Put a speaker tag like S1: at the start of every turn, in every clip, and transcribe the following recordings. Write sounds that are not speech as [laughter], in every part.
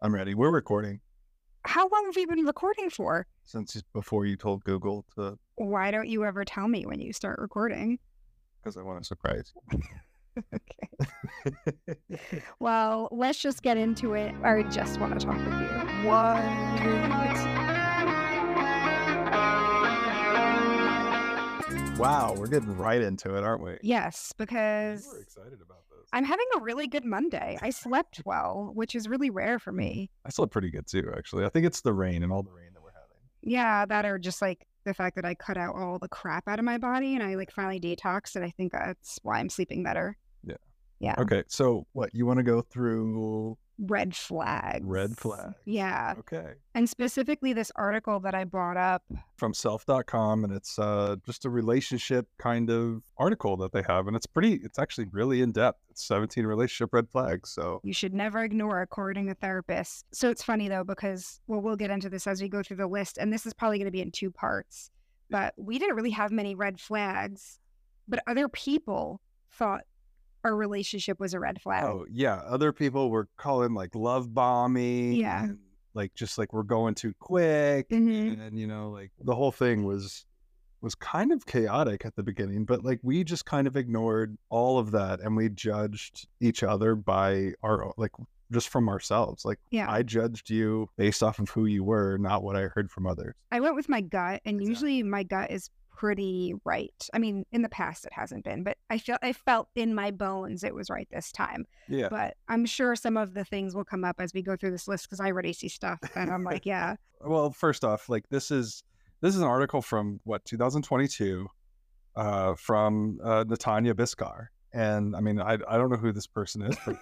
S1: I'm ready. We're recording
S2: How long have we been recording for?
S1: since before you told Google to
S2: Why don't you ever tell me when you start recording?
S1: because I want to surprise.
S2: [laughs] Okay. well, let's just get into it. I just want to talk with you. What?
S1: you. [laughs] Wow, we're getting right into it, aren't we?
S2: Yes, because
S3: We're excited about this.
S2: I'm having a really good Monday. I slept well, which is really rare for me.
S1: I slept pretty good too, actually. I think it's the rain and all the rain that we're having.
S2: Yeah, that or just like the fact that I cut out all the crap out of my body and I like finally detoxed, and I think that's why I'm sleeping better.
S1: Okay, so what you want to go through?
S2: Red flags.
S1: flags.
S2: Yeah.
S1: Okay,
S2: And specifically, this article that I brought up
S1: from Self.com, and it's uh, just a relationship kind of article that they have, and it's pretty. It's actually really in depth. It's 17 relationship red flags. So
S2: you should never ignore according to therapists. So it's funny though, because, well, we'll get into this as we go through the list. And this is probably going to be in two parts, but we didn't really have many red flags, but other people thought our relationship was a red flag.
S1: Oh yeah, other people were calling like love bombing.
S2: Yeah.
S1: and, like just like we're going too quick,
S2: Mhm.
S1: and you know like the whole thing was was kind of chaotic at the beginning, but like we just kind of ignored all of that and we judged each other by our own, like just from ourselves. Like
S2: Yeah.
S1: I judged you based off of who you were, not what I heard from others.
S2: I went with my gut, and
S1: Exactly.
S2: usually my gut is pretty right. I mean, in the past it hasn't been, but I felt I felt in my bones it was right this time.
S1: Yeah.
S2: But I'm sure some of the things will come up as we go through this list because I already see stuff and I'm like, yeah,
S1: well first off like this is this is an article from what 2022 uh from uh natanya biskar and i mean i, I don't know who this person is
S2: [laughs]
S1: but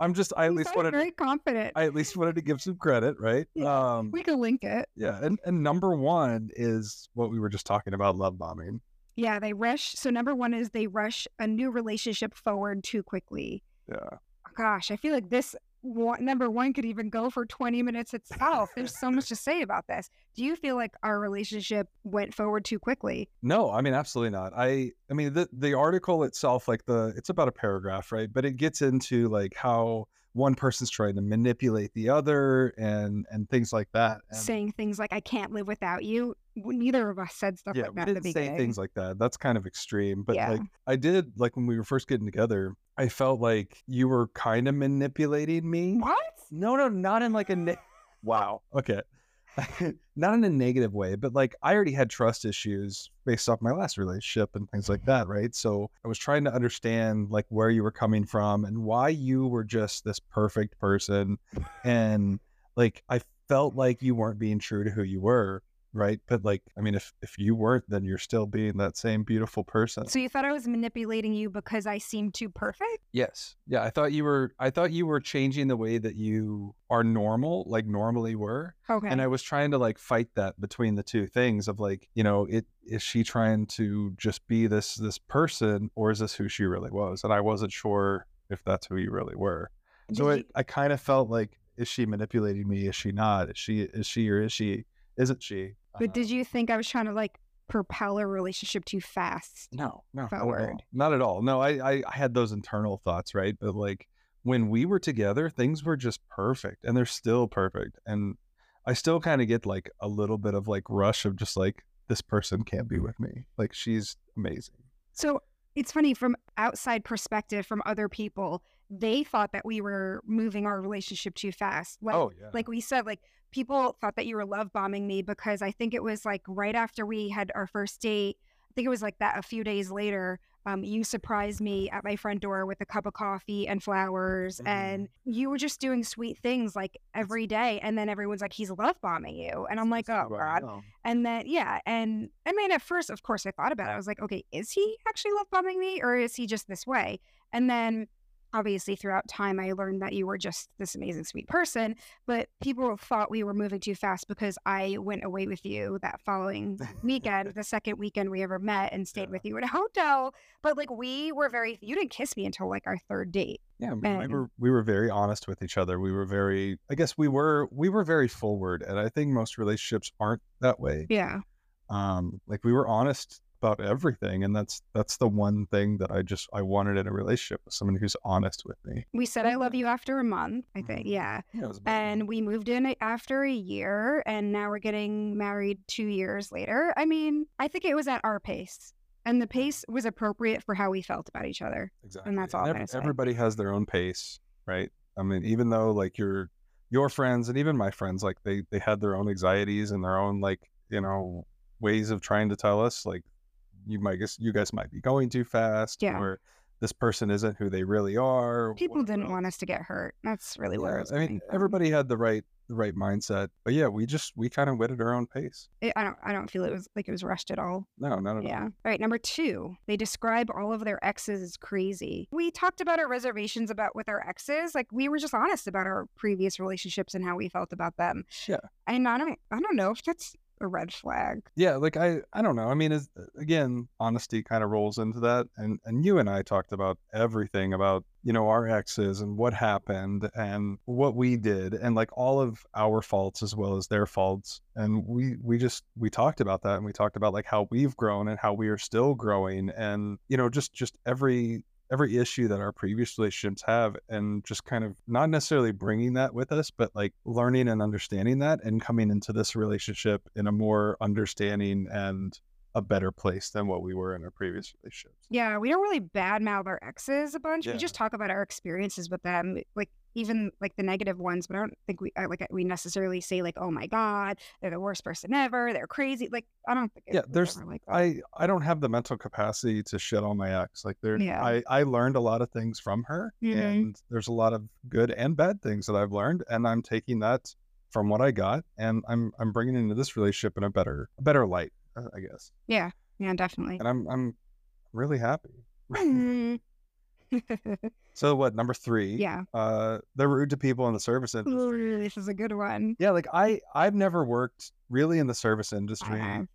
S1: i'm just [laughs] i at
S2: You
S1: least
S2: sound
S1: wanted
S2: very confident.
S1: i at least wanted to give some credit right
S2: Yeah.
S1: um
S2: we can link it.
S1: yeah and, and number one is what we were just talking about love bombing
S2: Yeah, they rush. So number one is they rush a new relationship forward too quickly.
S1: yeah
S2: Gosh, I feel like this one, number one could even go for 20 minutes itself. There's so much to say about this. Do you feel like our relationship went forward too quickly?
S1: No, I mean absolutely not. I I mean the the article itself like the it's about a paragraph, right? But it gets into like how one person's trying to manipulate the other and and things like that. And,
S2: Saying things like, I can't live without you. W- Neither of us said stuff
S1: yeah,
S2: like
S1: we
S2: that at the
S1: didn't
S2: beginning.
S1: say things like that. That's kind of extreme, but
S2: Yeah.
S1: like I did like when we were first getting together, I felt like you were kind of manipulating me.
S2: what?
S1: No, no, not in like a ne- [laughs] wow. Okay. [laughs] not in a negative way, but like I already had trust issues based off my last relationship and things like that, right? So I was trying to understand like where you were coming from and why you were just this perfect [laughs] person and like I felt like you weren't being true to who you were, right? But like I mean if if you weren't then you're still being that same beautiful person.
S2: So you thought I was manipulating you because I seemed too perfect?
S1: Yes. Yeah, I thought you were I thought you were changing the way that you are normal, like normally were,
S2: Okay.
S1: and I was trying to like fight that between the two things of like, you know, it is she trying to just be this this person or is this who she really was? And I wasn't sure if that's who you really were. So
S2: Did
S1: it, I kind of felt like, is she manipulating me? Is she not? Is she is she or is she isn't she? Um,
S2: But
S1: Uh-huh.
S2: did you think I was trying to like propel a relationship too fast?
S1: No, no, not at
S2: forward?
S1: all. Not at all. No, I, I I had those internal thoughts, right? But like when we were together, things were just perfect, and they're still perfect. And I still kind of get like a little bit of like rush of just like this person can't be with me. Like she's amazing.
S2: So it's funny from outside perspective from other people, they thought that we were moving our relationship too fast. Like,
S1: oh yeah.
S2: like we said, like people thought that you were love bombing me because I think it was like right after we had our first date. I think it was like that a few days later. Um, you surprised me at my front door with a cup of coffee and flowers,
S1: Mhm.
S2: and you were just doing sweet things like every day. And then everyone's like, "He's love bombing you," and I'm like,
S1: That's
S2: "Oh
S1: who I
S2: God!"
S1: am.
S2: And then, yeah. And I mean, at first, of course, I thought about it. I was like, okay, is he actually love bombing me or is he just this way? And then, obviously, throughout time, I learned that you were just this amazing, sweet person. But people thought we were moving too fast because I went away with you that following weekend, the second weekend we ever met and stayed
S1: Yeah.
S2: with you in a hotel. But like, we were very, you didn't kiss me until like our third date.
S1: Yeah, I mean, we
S2: And-
S1: were we were very honest with each other. We were very, I guess, we were we were very forward, and I think most relationships aren't that way.
S2: Yeah.
S1: um like we were honest about everything and that's that's the one thing that i just i wanted in a relationship with someone who's honest with me
S2: We said I love you after a month, I think. Yeah.
S1: yeah, it was about-
S2: And we moved in after a year and now we're getting married 2 years later. I mean, I think it was at our pace. And the pace was appropriate for how we felt about each other.
S1: exactly
S2: that's all I'm
S1: ev-
S2: gonna say.
S1: everybody has their own pace right i mean even though like your your friends and even my friends like they they had their own anxieties and their own like you know ways of trying to tell us like you might guess you guys might be going too fast
S2: Yeah.
S1: or this person isn't who they really are or
S2: People
S1: whatever
S2: didn't
S1: else.
S2: want us to get hurt. That's really where
S1: Oh,
S2: it
S1: Yeah,
S2: was
S1: I mean,
S2: coming from.
S1: everybody had the right the right mindset, but yeah, we just we kind of went at our own pace.
S2: It- I don't I don't feel it was like it was rushed at all.
S1: No, not at
S2: Yeah. All right. Number two, they describe all of their exes as crazy. We talked about our reservations about with our exes. Like we were just honest about our previous relationships and how we felt about them.
S1: all. Yeah,
S2: And I don't, I don't know if that's a red flag.
S1: yeah. Like I, I don't know. I mean, is uh, again, honesty kind of rolls into that, and and you and I talked about everything about you know our exes and what happened and what we did and like all of our faults as well as their faults, and we we just we talked about that and we talked about like how we've grown and how we are still growing and you know just just every every issue that our previous relationships have and just kind of not necessarily bringing that with us but like learning and understanding that and coming into this relationship in a more understanding and a better place than what we were in our previous relationships
S2: Yeah. We don't really badmouth our exes a bunch.
S1: Yeah.
S2: We just talk about our experiences with them. Like even like the negative ones, but I don't think we I- like we necessarily say like, oh my god, they're the worst person ever. They're crazy. Like I don't think. it
S1: Yeah,
S2: was
S1: there's-
S2: ever like that.
S1: i i don't have the mental capacity to shit on my ex like there
S2: Yeah.
S1: i i learned a lot of things from her
S2: Mhm.
S1: and there's a lot of good and bad things that i've learned and i'm taking that from what i got and i'm i'm bringing it into this relationship in a better a better light uh, i guess
S2: yeah. Yeah. Definitely.
S1: and i'm i'm really happy
S2: Mm.
S1: [laughs] So what? Number three.
S2: Mm-hmm. [laughs] yeah. [laughs]
S1: Uh, they're rude to people in the service industry.
S2: Ooh, this is a good one.
S1: Yeah, like I I've never worked really in the service industry.
S2: Uh,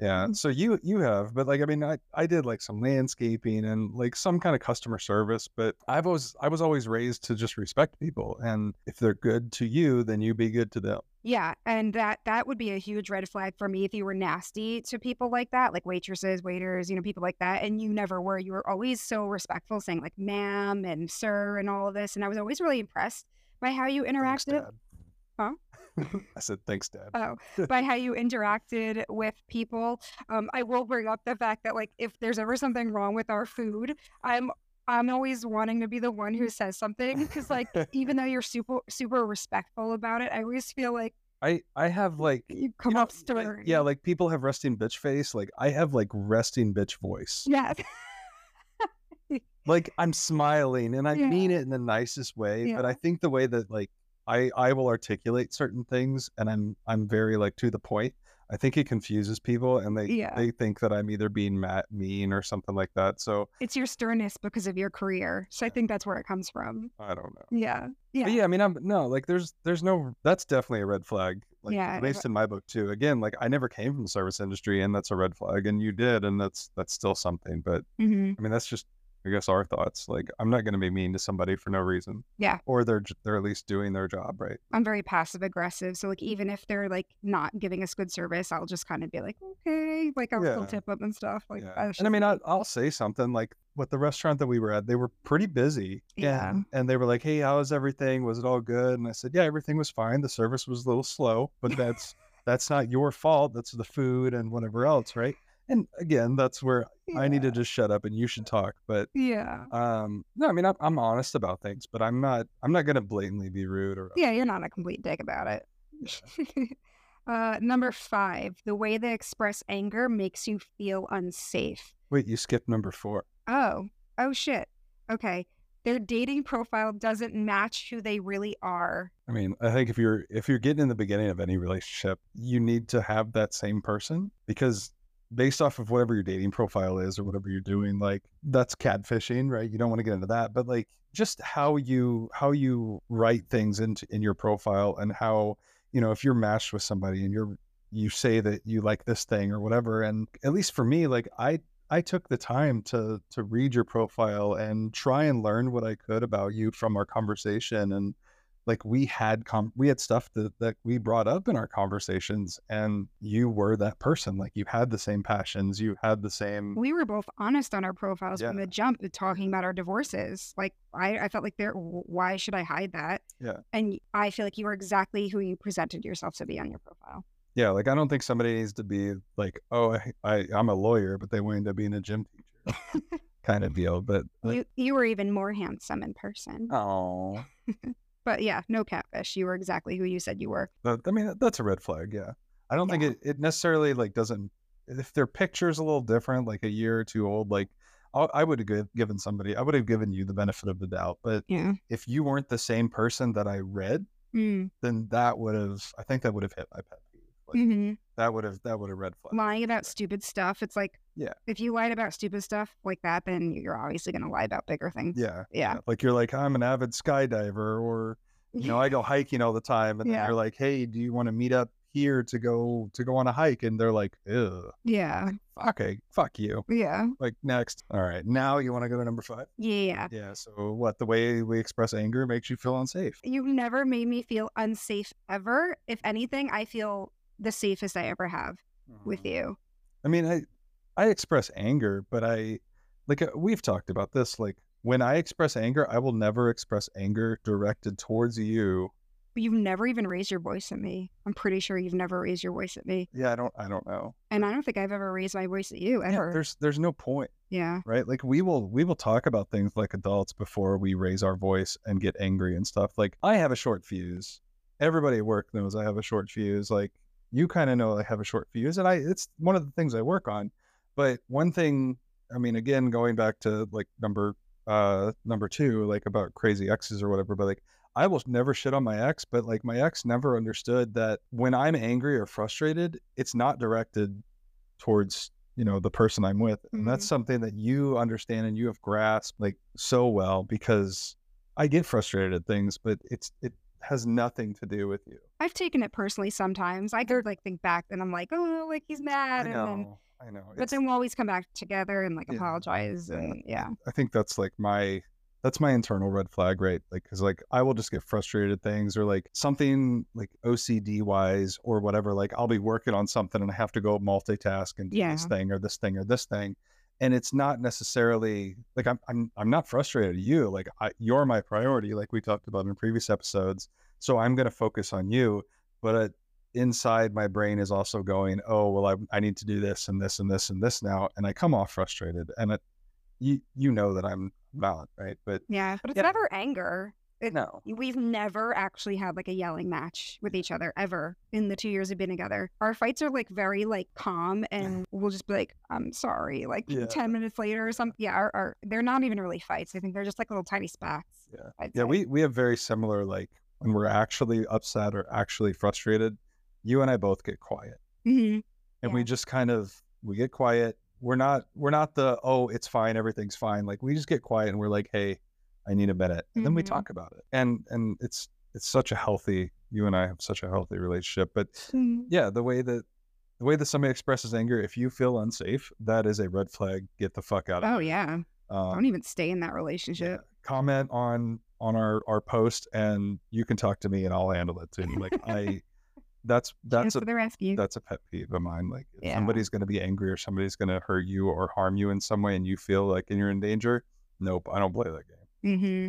S1: Yeah. So you you have, but like I mean I I did like some landscaping and like some kind of customer service, but I've always I was always raised to just respect people and if they're good to you, then you be good to them.
S2: yeah, and that that would be a huge red flag for me if you were nasty to people like that, like waitresses, waiters, you know, people like that, and you never were. You were always so respectful, saying like "ma'am" and "sir" and all of this, and I was always really impressed by how you
S1: Thanks,
S2: interacted.
S1: Dad. [laughs] I said thanks, Dad.
S2: Oh, by how you interacted with people. Um, I will bring up the fact that like if there's ever something wrong with our food, I'm I'm always wanting to be the one who says something because like even though you're super super respectful about it, I always feel like
S1: [laughs] I I have like you
S2: you come
S1: know,
S2: up
S1: like-
S2: stern.
S1: yeah, like people have resting bitch face. Like I have like resting bitch voice.
S2: yeah,
S1: like I'm smiling and I
S2: Yeah.
S1: mean it in the nicest way, but
S2: Yeah.
S1: I think the way that like I I will articulate certain things and I'm I'm very like to the point. I think it confuses people and they
S2: Yeah.
S1: they think that I'm either being mad, mean or something like that. So
S2: it's your sternness because of your career. So I think that's where it comes from.
S1: I don't know.
S2: Yeah, yeah,
S1: But yeah, I mean I'm no, like there's there's no that's definitely a red flag. Like
S2: Yeah,
S1: at least in my book too. Again, like I never came from the service industry and that's a red flag and you did and that's that's still something, but
S2: hmm
S1: I mean, that's just, I guess, our thoughts. Like, I'm not going to be mean to somebody for no reason.
S2: Yeah.
S1: Or they're j- they're at least doing their job right.
S2: I'm very passive aggressive. So like even if they're like not giving us good service, I'll just kind of be like, okay, like I'll still
S1: Yeah.
S2: tip up and stuff. Like, "Oh,
S1: yeah.
S2: that's
S1: And I
S2: just-
S1: mean,
S2: [laughs]
S1: I, I'll say something like, with the restaurant that we were at, they were pretty busy.
S2: Yeah.
S1: And, and they were like, hey, how was everything? Was it all good? And I said, yeah, everything was fine. The service was a little slow,
S2: [laughs]
S1: but that's that's not your fault. That's the food and whatever else, right? And again, that's where I need to just shut up and you should talk. But
S2: Yeah.
S1: um, no, I mean, I'm, I'm honest about things, but I'm not I'm not going to blatantly be rude or
S2: Yeah, you're not a complete dick about it. [laughs] uh, number five, the way they express anger makes you feel unsafe.
S1: Wait, you skipped number four.
S2: Oh, oh shit. Okay. Their dating profile doesn't match who they really are.
S1: I mean, I think if you're if you're getting in the beginning of any relationship, you need to have that same person because based off of whatever your dating profile is or whatever you're doing, like that's catfishing, right? You don't want to get into that, but like just how you how you write things into in your profile and how you know if you're matched with somebody and you're you say that you like this thing or whatever, and at least for me, like I I took the time to to read your profile and try and learn what I could about you from our conversation and like we had com- we had stuff that, that we brought up in our conversations and you were that person like you had the same passions you had the same
S2: We were both honest on our profiles from
S1: Yeah.
S2: the jump, with talking about our divorces. Like I, I felt like there. Why should I hide that?
S1: Yeah.
S2: And I feel like you were exactly who you presented yourself to be on your profile.
S1: yeah like i don't think somebody needs to be like oh i, I i'm a lawyer but they wind up being a gym teacher
S2: [laughs]
S1: kind of deal but
S2: you you were even more handsome in person.
S1: oh
S2: But yeah, no catfish. You were exactly who you said you were.
S1: i mean that- that's a red flag yeah i don't
S2: Yeah.
S1: think it, it necessarily like doesn't if their picture's a little different like a year or two old like I'll- I would have given somebody, I would have given you the benefit of the doubt. But
S2: Yeah.
S1: if you weren't the same person that I read,
S2: Mm.
S1: then that would have I think that would have hit my pet peeve. Like
S2: hmm
S1: that would have that would have red flag.
S2: lying about stupid stuff. It's like,
S1: Yeah.
S2: if you lied about stupid stuff like that, then you're obviously going to lie about bigger things.
S1: yeah,
S2: Yeah.
S1: Like you're like, I'm an avid skydiver or you
S2: [laughs]
S1: know, I go hiking all the time. And
S2: Yeah.
S1: then you're like, Hey, do you want to meet up here to go to go on a hike? And they're like, Ew,
S2: yeah.
S1: okay, fuck you.
S2: Yeah.
S1: Like next. All right. Now you want to go to number five?
S2: Yeah.
S1: Yeah. So what the way we express anger makes you feel unsafe.
S2: You've never made me feel unsafe ever. If anything, I feel the safest I ever have
S1: Mm.
S2: with you.
S1: I mean, I I express anger, but I like uh, we've talked about this. Like when I express anger, I will never express anger directed towards you.
S2: You've never even raised your voice at me. I'm pretty sure you've never raised your voice at me.
S1: Yeah, I don't I don't know.
S2: And I don't think I've ever raised my voice at you
S1: Yeah,
S2: ever.
S1: there's there's no point,
S2: Yeah.
S1: right? Like we will we will talk about things like adults before we raise our voice and get angry and stuff. Like I have a short fuse. Everybody at work knows I have a short fuse. Like you kind of know I have a short fuse and I it's one of the things I work on. But one thing, I mean, again, going back to like number uh number two, like about crazy exes or whatever, but like I will never shit on my ex, but like my ex never understood that when I'm angry or frustrated, it's not directed towards, you know, the person I'm with. And
S2: Mm-hmm.
S1: that's something that you understand and you have grasped like so well because I get frustrated at things, but it's it has nothing to do with you.
S2: I've taken it personally sometimes. I could like think back and I'm like, oh, like he's mad. And then,
S1: I know.
S2: but then we'll always come back together and like
S1: Yeah.
S2: apologize.
S1: Yeah.
S2: And yeah.
S1: I think that's like my that's my internal red flag, right? Like, cause like I will just get frustrated at things or like something like OCD wise or whatever. Like I'll be working on something and I have to go multitask and do this
S2: Yeah.
S1: thing or this thing or this thing. And it's not necessarily like I'm I'm I'm not frustrated at you. Like I, you're my priority, like we talked about in previous episodes. So I'm gonna focus on you, but uh, inside my brain is also going, oh well, I I need to do this and this and this and this now, and I come off frustrated, and it, you you know that I'm not right, but
S2: Yeah, but it's
S1: Yeah.
S2: never anger. It-
S1: no,
S2: We've never actually had like a yelling match with each other ever in the two years we've been together. Our fights are like very like calm, and we'll just be like, "I'm sorry," like
S1: Yeah.
S2: ten minutes later or something. Yeah, our, our, they're not even really fights. I think they're just like little tiny spats.
S1: Yeah.
S2: I'd
S1: yeah,
S2: say.
S1: we we have very similar like when we're actually upset or actually frustrated, you and I both get quiet,
S2: Mhm.
S1: and we
S2: Yeah.
S1: just kind of we get quiet. We're not we're not the oh it's fine everything's fine like we just get quiet and we're like hey I need a minute and then we
S2: Mhm.
S1: talk about it and and it's it's such a healthy you and I have such a healthy relationship but
S2: Mhm.
S1: yeah the way that the way that somebody expresses anger if you feel unsafe that is a red flag get the fuck out of
S2: Oh
S1: here.
S2: yeah,
S1: um,
S2: don't even stay in that
S1: yeah,
S2: relationship.
S1: comment on on our our post and you can talk to me and i'll handle it too like i
S2: [laughs]
S1: that's that's
S2: That's
S1: a
S2: for the rescue.
S1: that's a pet peeve of mine like if
S2: Yeah.
S1: somebody's going to be angry or somebody's going to hurt you or harm you in some way and you feel like and you're in danger nope i don't play that game
S2: hmm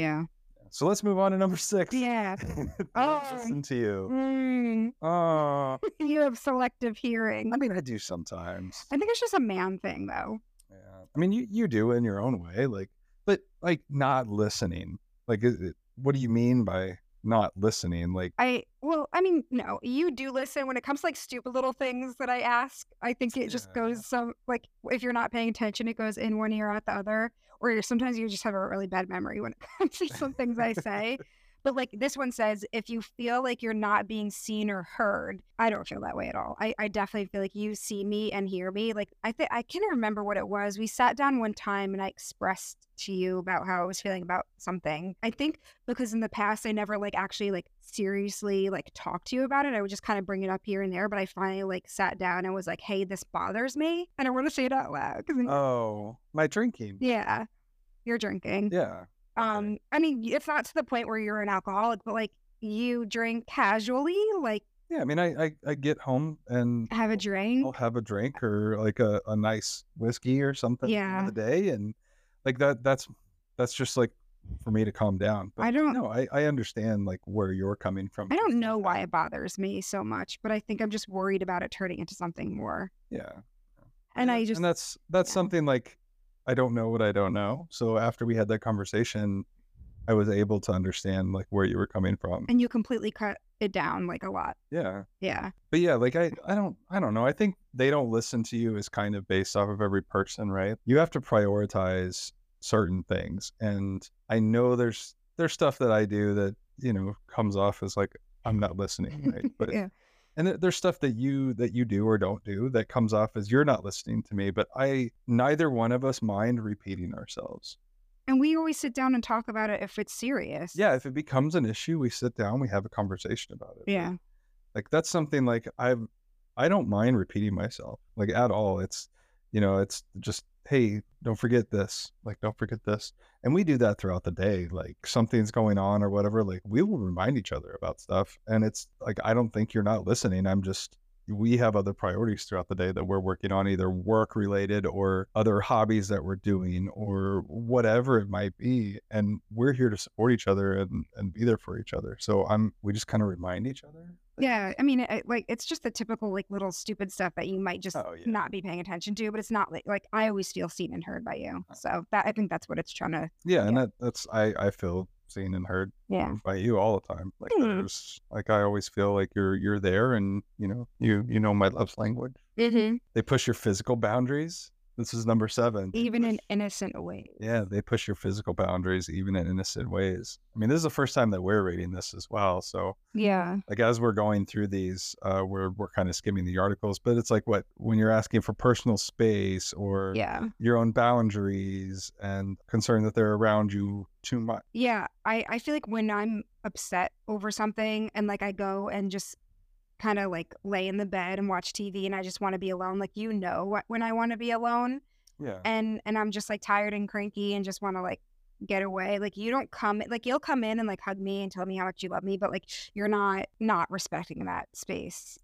S2: Yeah.
S1: so let's move on to number six [laughs]
S2: Yeah.
S1: oh.
S2: Oh.
S1: listen to you
S2: Mm,
S1: oh
S2: you have selective hearing.
S1: i mean i do sometimes
S2: I think it's just a man thing, though.
S1: Yeah. I mean, you, you do in your own way, like, but like not listening. Like, is it, what do you mean by not listening? Like,
S2: I well, I mean, no, you do listen when it comes to like stupid little things that I ask. I think it just
S1: Yeah.
S2: goes some like if you're not paying attention, it goes in one ear out the other. Or you're- sometimes you just have a really bad memory when it [laughs] comes to some things I
S1: [laughs]
S2: say. But like this one says, if you feel like you're not being seen or heard, I don't feel that way at all. I, I definitely feel like you see me and hear me. Like I think I can remember what it was. We sat down one time and I expressed to you about how I was feeling about something. I think because in the past I never like actually like seriously like talk to you about it. I would just kind of bring it up here and there, but I finally like sat down and was like, "Hey, this bothers me," Mm. and I want to say it out loud because
S1: oh, my drinking.
S2: yeah, you're drinking.
S1: Yeah.
S2: Um, I mean, it's not to the point where you're an alcoholic, but like you drink casually, like
S1: Yeah, I mean, I, I, I get home and
S2: have a drink.
S1: I'll have a drink or like a, a nice whiskey or something at the end of the day, and like that. That's that's just like for me to calm down.
S2: I don't-
S1: know. I, I understand like where you're coming from.
S2: I don't
S1: with
S2: know
S1: that.
S2: why it bothers me so much, but I think I'm just worried about it turning into something more.
S1: Yeah.
S2: And I just,
S1: and that's that's
S2: yeah.
S1: something like I don't know what I don't know. So after we had that conversation, I was able to understand like where you were coming from.
S2: and you completely cut it down like a lot.
S1: Yeah.
S2: Yeah.
S1: But yeah, like I I don't I don't know. I think they don't listen to you is kind of based off of every person, right? You have to prioritize certain things. And I know there's there's stuff that I do that, you know, comes off as like I'm not listening,
S2: [laughs]
S1: right? But
S2: yeah.
S1: and there- there's stuff that you that you do or don't do that comes off as you're not listening to me but i neither one of us mind repeating ourselves
S2: And we always sit down and talk about it if it's serious.
S1: yeah if it becomes an issue we sit down we have a conversation about it
S2: Yeah.
S1: like that's something like i've i don't mind repeating myself like at all it's you know it's just hey don't forget this like don't forget this and we do that throughout the day like something's going on or whatever like we will remind each other about stuff and it's like i don't think you're not listening i'm just we have other priorities throughout the day that we're working on either work related or other hobbies that we're doing or whatever it might be and we're here to support each other and, and be there for each other so i'm we just kind of remind each other
S2: Yeah. I mean, I, like it's just the typical like little stupid stuff that you might just
S1: Oh, yeah.
S2: not be paying attention to, but it's not like, like I always feel seen and heard by you.
S1: Uh.
S2: So that I think that's what it's trying to,
S1: Yeah, and
S2: Yeah.
S1: that, that's I I feel seen and heard
S2: yeah.
S1: by you all the time. Like
S2: Mm.
S1: there's like I always feel like you're you're there, and you know you you know my love's language.
S2: Mm-hmm.
S1: They push your physical boundaries. This is number seven. They
S2: Even
S1: push-
S2: in innocent ways.
S1: yeah, they push your physical boundaries even in innocent ways. I mean, this is the first time that we're reading this as well. So
S2: Yeah.
S1: like as we're going through these, uh, we're we're kind of skimming the articles, but it's like what when you're asking for personal space or
S2: Yeah.
S1: your own boundaries and concern that they're around you too much.
S2: Yeah, I, I feel like when I'm upset over something and like I go and just kind of like lay in the bed and watch TV and I just want to be alone, like you know what when I want to be alone
S1: Yeah.
S2: and and I'm just like tired and cranky and just want to like get away. Like you don't come like you'll come in and like hug me and tell me how much you love me, but like you're not not respecting that space.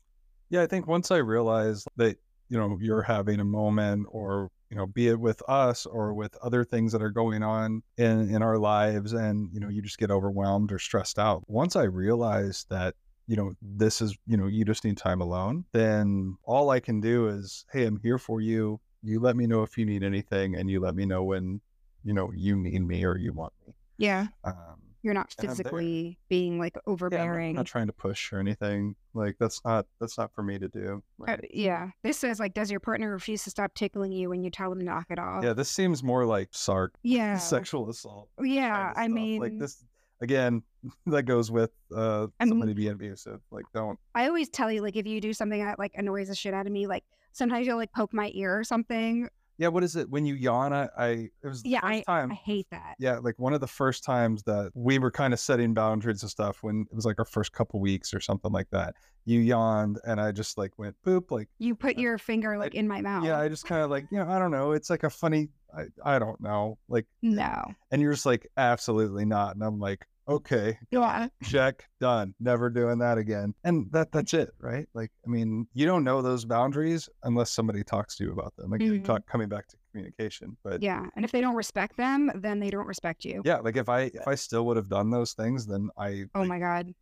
S1: Yeah, I think once I realized that, you know, you're having a moment or, you know, be it with us or with other things that are going on in, in our lives and, you know, you just get overwhelmed or stressed out. Once I realized that, you know, this is, you know, you just need time alone, then all I can do is, hey, I'm here for you. You let me know if you need anything and you let me know when, you know, you need me or you want me.
S2: Yeah.
S1: Um,
S2: You're not
S1: And I'm there.
S2: physically being like
S1: yeah, I'm not-
S2: overbearing.
S1: not trying to push or anything. Like that's not that's not for me to do. Like,
S2: Uh, yeah. This says like does your partner refuse to stop tickling you when you tell them to knock it off?
S1: Yeah, this seems more like sarc
S2: Oh.
S1: [laughs]
S2: Yeah.
S1: sexual assault.
S2: Yeah,
S1: kind of
S2: I
S1: stuff.
S2: mean,
S1: like this again. [laughs] That goes with uh,
S2: I mean-
S1: somebody being abusive. Like, don't.
S2: I always tell you, like, if you do something that like annoys the shit out of me, like sometimes you'll like poke my ear or something.
S1: Yeah, what is it when you yawn? I, I it was the
S2: Yeah,
S1: first time.
S2: I hate that.
S1: yeah, like one of the first times that we were kind of setting boundaries and stuff when it was like our first couple weeks or something like that. You yawned, and I just like went boop, like.
S2: You put your finger like in my mouth.
S1: Yeah, I just kind of like, you know, I don't know. It's like a funny, I, I don't know. Like,
S2: no.
S1: and you're just like, absolutely not. And I'm like, okay,
S2: Yeah.
S1: check done never doing that again and that that's it right like i mean you don't know those boundaries unless somebody talks to you about them again
S2: Mhm.
S1: talk, coming back to communication but yeah.
S2: Yeah. And if they don't respect them, then they don't respect you.
S1: like if i if i still would have done those things then i
S2: Oh
S1: like,
S2: my God.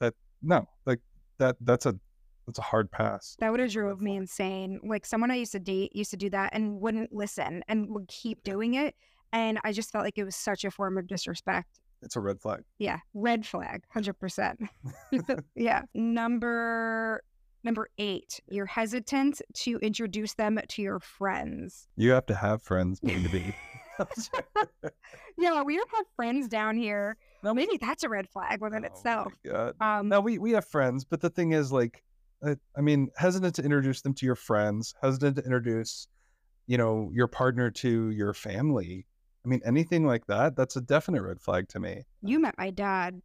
S1: no like that that's a that's a hard pass
S2: That would have
S1: That's a red
S2: drove me
S1: flag.
S2: insane. Like someone I used to date used to do that and wouldn't listen and would keep doing it. And I just felt like it was such a form of disrespect.
S1: it's a red flag
S2: Yeah. Red flag,
S1: [laughs]
S2: 100%. [laughs] yeah. Number number 8, you're hesitant to introduce them to your friends.
S1: you have to have friends maybe to
S2: [laughs]
S1: be
S2: Yeah, we don't have friends down here.
S1: No, we-
S2: Maybe that's a red flag
S1: [laughs] Oh
S2: within
S1: my
S2: itself.
S1: God. [laughs]
S2: Um,
S1: no we we have friends but the thing is like I, I mean hesitant to introduce them to your friends hesitant to introduce you know your partner to your family i mean anything like that that's a definite red flag to me
S2: you met my dad.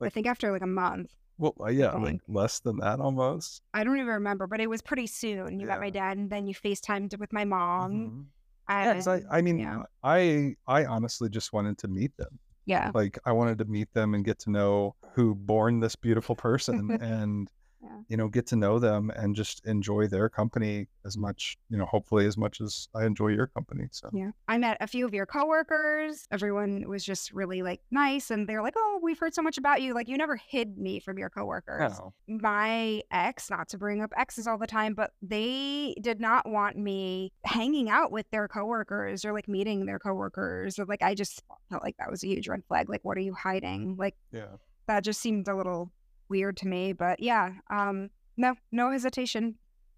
S2: I
S1: Like-
S2: think after like a month.
S1: well uh, yeah
S2: Okay.
S1: like less than that almost
S2: I don't even remember, but it was pretty soon. You met my
S1: Yeah.
S2: dad, and then you FaceTimed with my mom.
S1: Mhm. yeah, 'cause I,
S2: and-
S1: I mean
S2: yeah.
S1: i i honestly just wanted to meet them
S2: Yeah.
S1: Like I wanted to meet them and get to know who born this beautiful
S2: [laughs]
S1: person and
S2: Yeah.
S1: you know get to know them and just enjoy their company as much, you know, hopefully as much as I enjoy your company. So
S2: Yeah. I met a few of your coworkers. Everyone was just really like nice and they're like, "Oh, we've heard so much about you. Like you never hid me from your coworkers."
S1: Oh,
S2: my ex, not to bring up exes all the time, but they did not want me hanging out with their coworkers or like meeting their coworkers. Or like I just felt like that was a huge red flag. Like, what are you hiding? Like
S1: yeah.
S2: that just seemed a little weird to me. But yeah, um, no, no hesitation.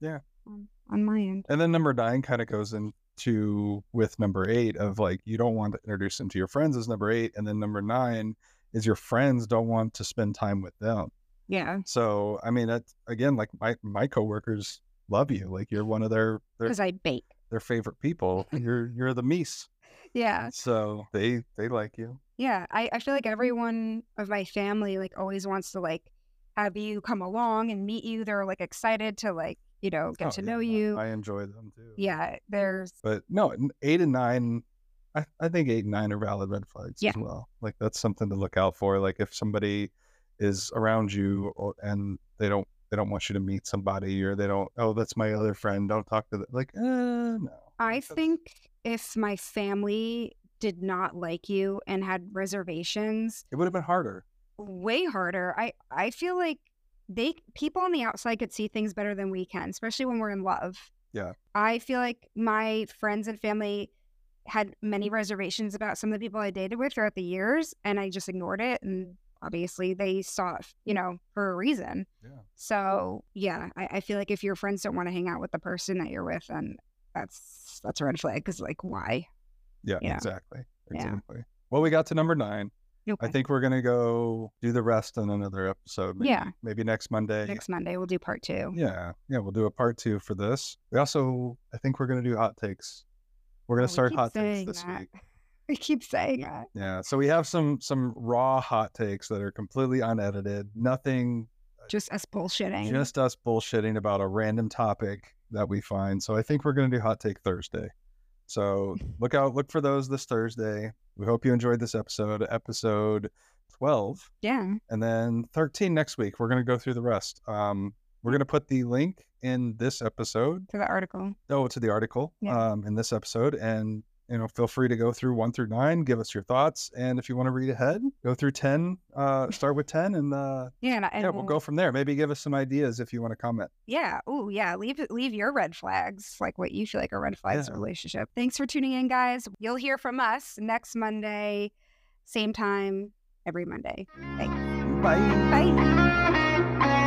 S1: Yeah.
S2: On, on my end.
S1: And then number nine kind of goes into with number eight of like you don't want to introduce them to your friends is number eight. And then number nine is your friends don't want to spend time with them.
S2: Yeah.
S1: So I mean that again, like my my coworkers love you. Like you're one of their their,
S2: Because I bake.
S1: their favorite people. You're you're the meese.
S2: Yeah.
S1: So they they like you.
S2: Yeah. I, I feel like everyone of my family like always wants to like have you come along and meet you. They're like excited to like, you know, get
S1: Oh,
S2: to
S1: yeah,
S2: know
S1: no,
S2: you.
S1: I enjoy them too.
S2: yeah there's
S1: But no, n- eight and nine I, I think eight and nine are valid red flags
S2: Yeah.
S1: as well. Like that's something to look out for. Like if somebody is around you or, and they don't they don't want you to meet somebody or they don't oh that's my other friend don't talk to them like uh no
S2: i
S1: That's-
S2: think if my family did not like you and had reservations
S1: it would have been harder
S2: way harder i i feel like they people on the outside could see things better than we can especially when we're in love
S1: Yeah.
S2: i feel like my friends and family had many reservations about some of the people i dated with throughout the years and i just ignored it and obviously they saw it you know for a reason
S1: Yeah.
S2: so yeah I, I feel like if your friends don't want to hang out with the person that you're with then that's that's a red flag because like why
S1: Yeah,
S2: Yeah.
S1: exactly.
S2: Yeah.
S1: Exactly. Well, we got to number nine. I
S2: Okay.
S1: think we're gonna go do the rest on another episode. Maybe,
S2: Yeah.
S1: Maybe next Monday.
S2: next monday we'll do part two
S1: Yeah. Yeah. We'll do a part two for this. We also I think we're gonna do hot takes. We're
S2: Oh,
S1: gonna
S2: we
S1: start
S2: keep
S1: hot
S2: saying
S1: takes this
S2: that.
S1: week.
S2: [laughs] we keep saying that
S1: Yeah. So we have some some raw hot takes that are completely unedited. Nothing
S2: just us bullshitting
S1: just us bullshitting about a random topic that we find. So I think we're gonna do hot take Thursday.
S2: [laughs]
S1: So look out, look for those this Thursday. We hope you enjoyed this episode, episode twelve.
S2: yeah
S1: and then 13 next week we're going to go through the rest um we're going to put the link in this episode
S2: to the article
S1: oh to the article
S2: Yeah.
S1: um in this episode and you know feel free to go through one through nine give us your thoughts and if you want to read ahead go through 10 uh start with 10 and uh
S2: yeah and, and
S1: yeah we'll go from there maybe give us some ideas if you want to comment
S2: yeah oh yeah leave leave your red flags like what you feel like are red flags in
S1: Yeah.
S2: a relationship thanks for tuning in guys you'll hear from us next monday same time every monday
S1: bye
S2: bye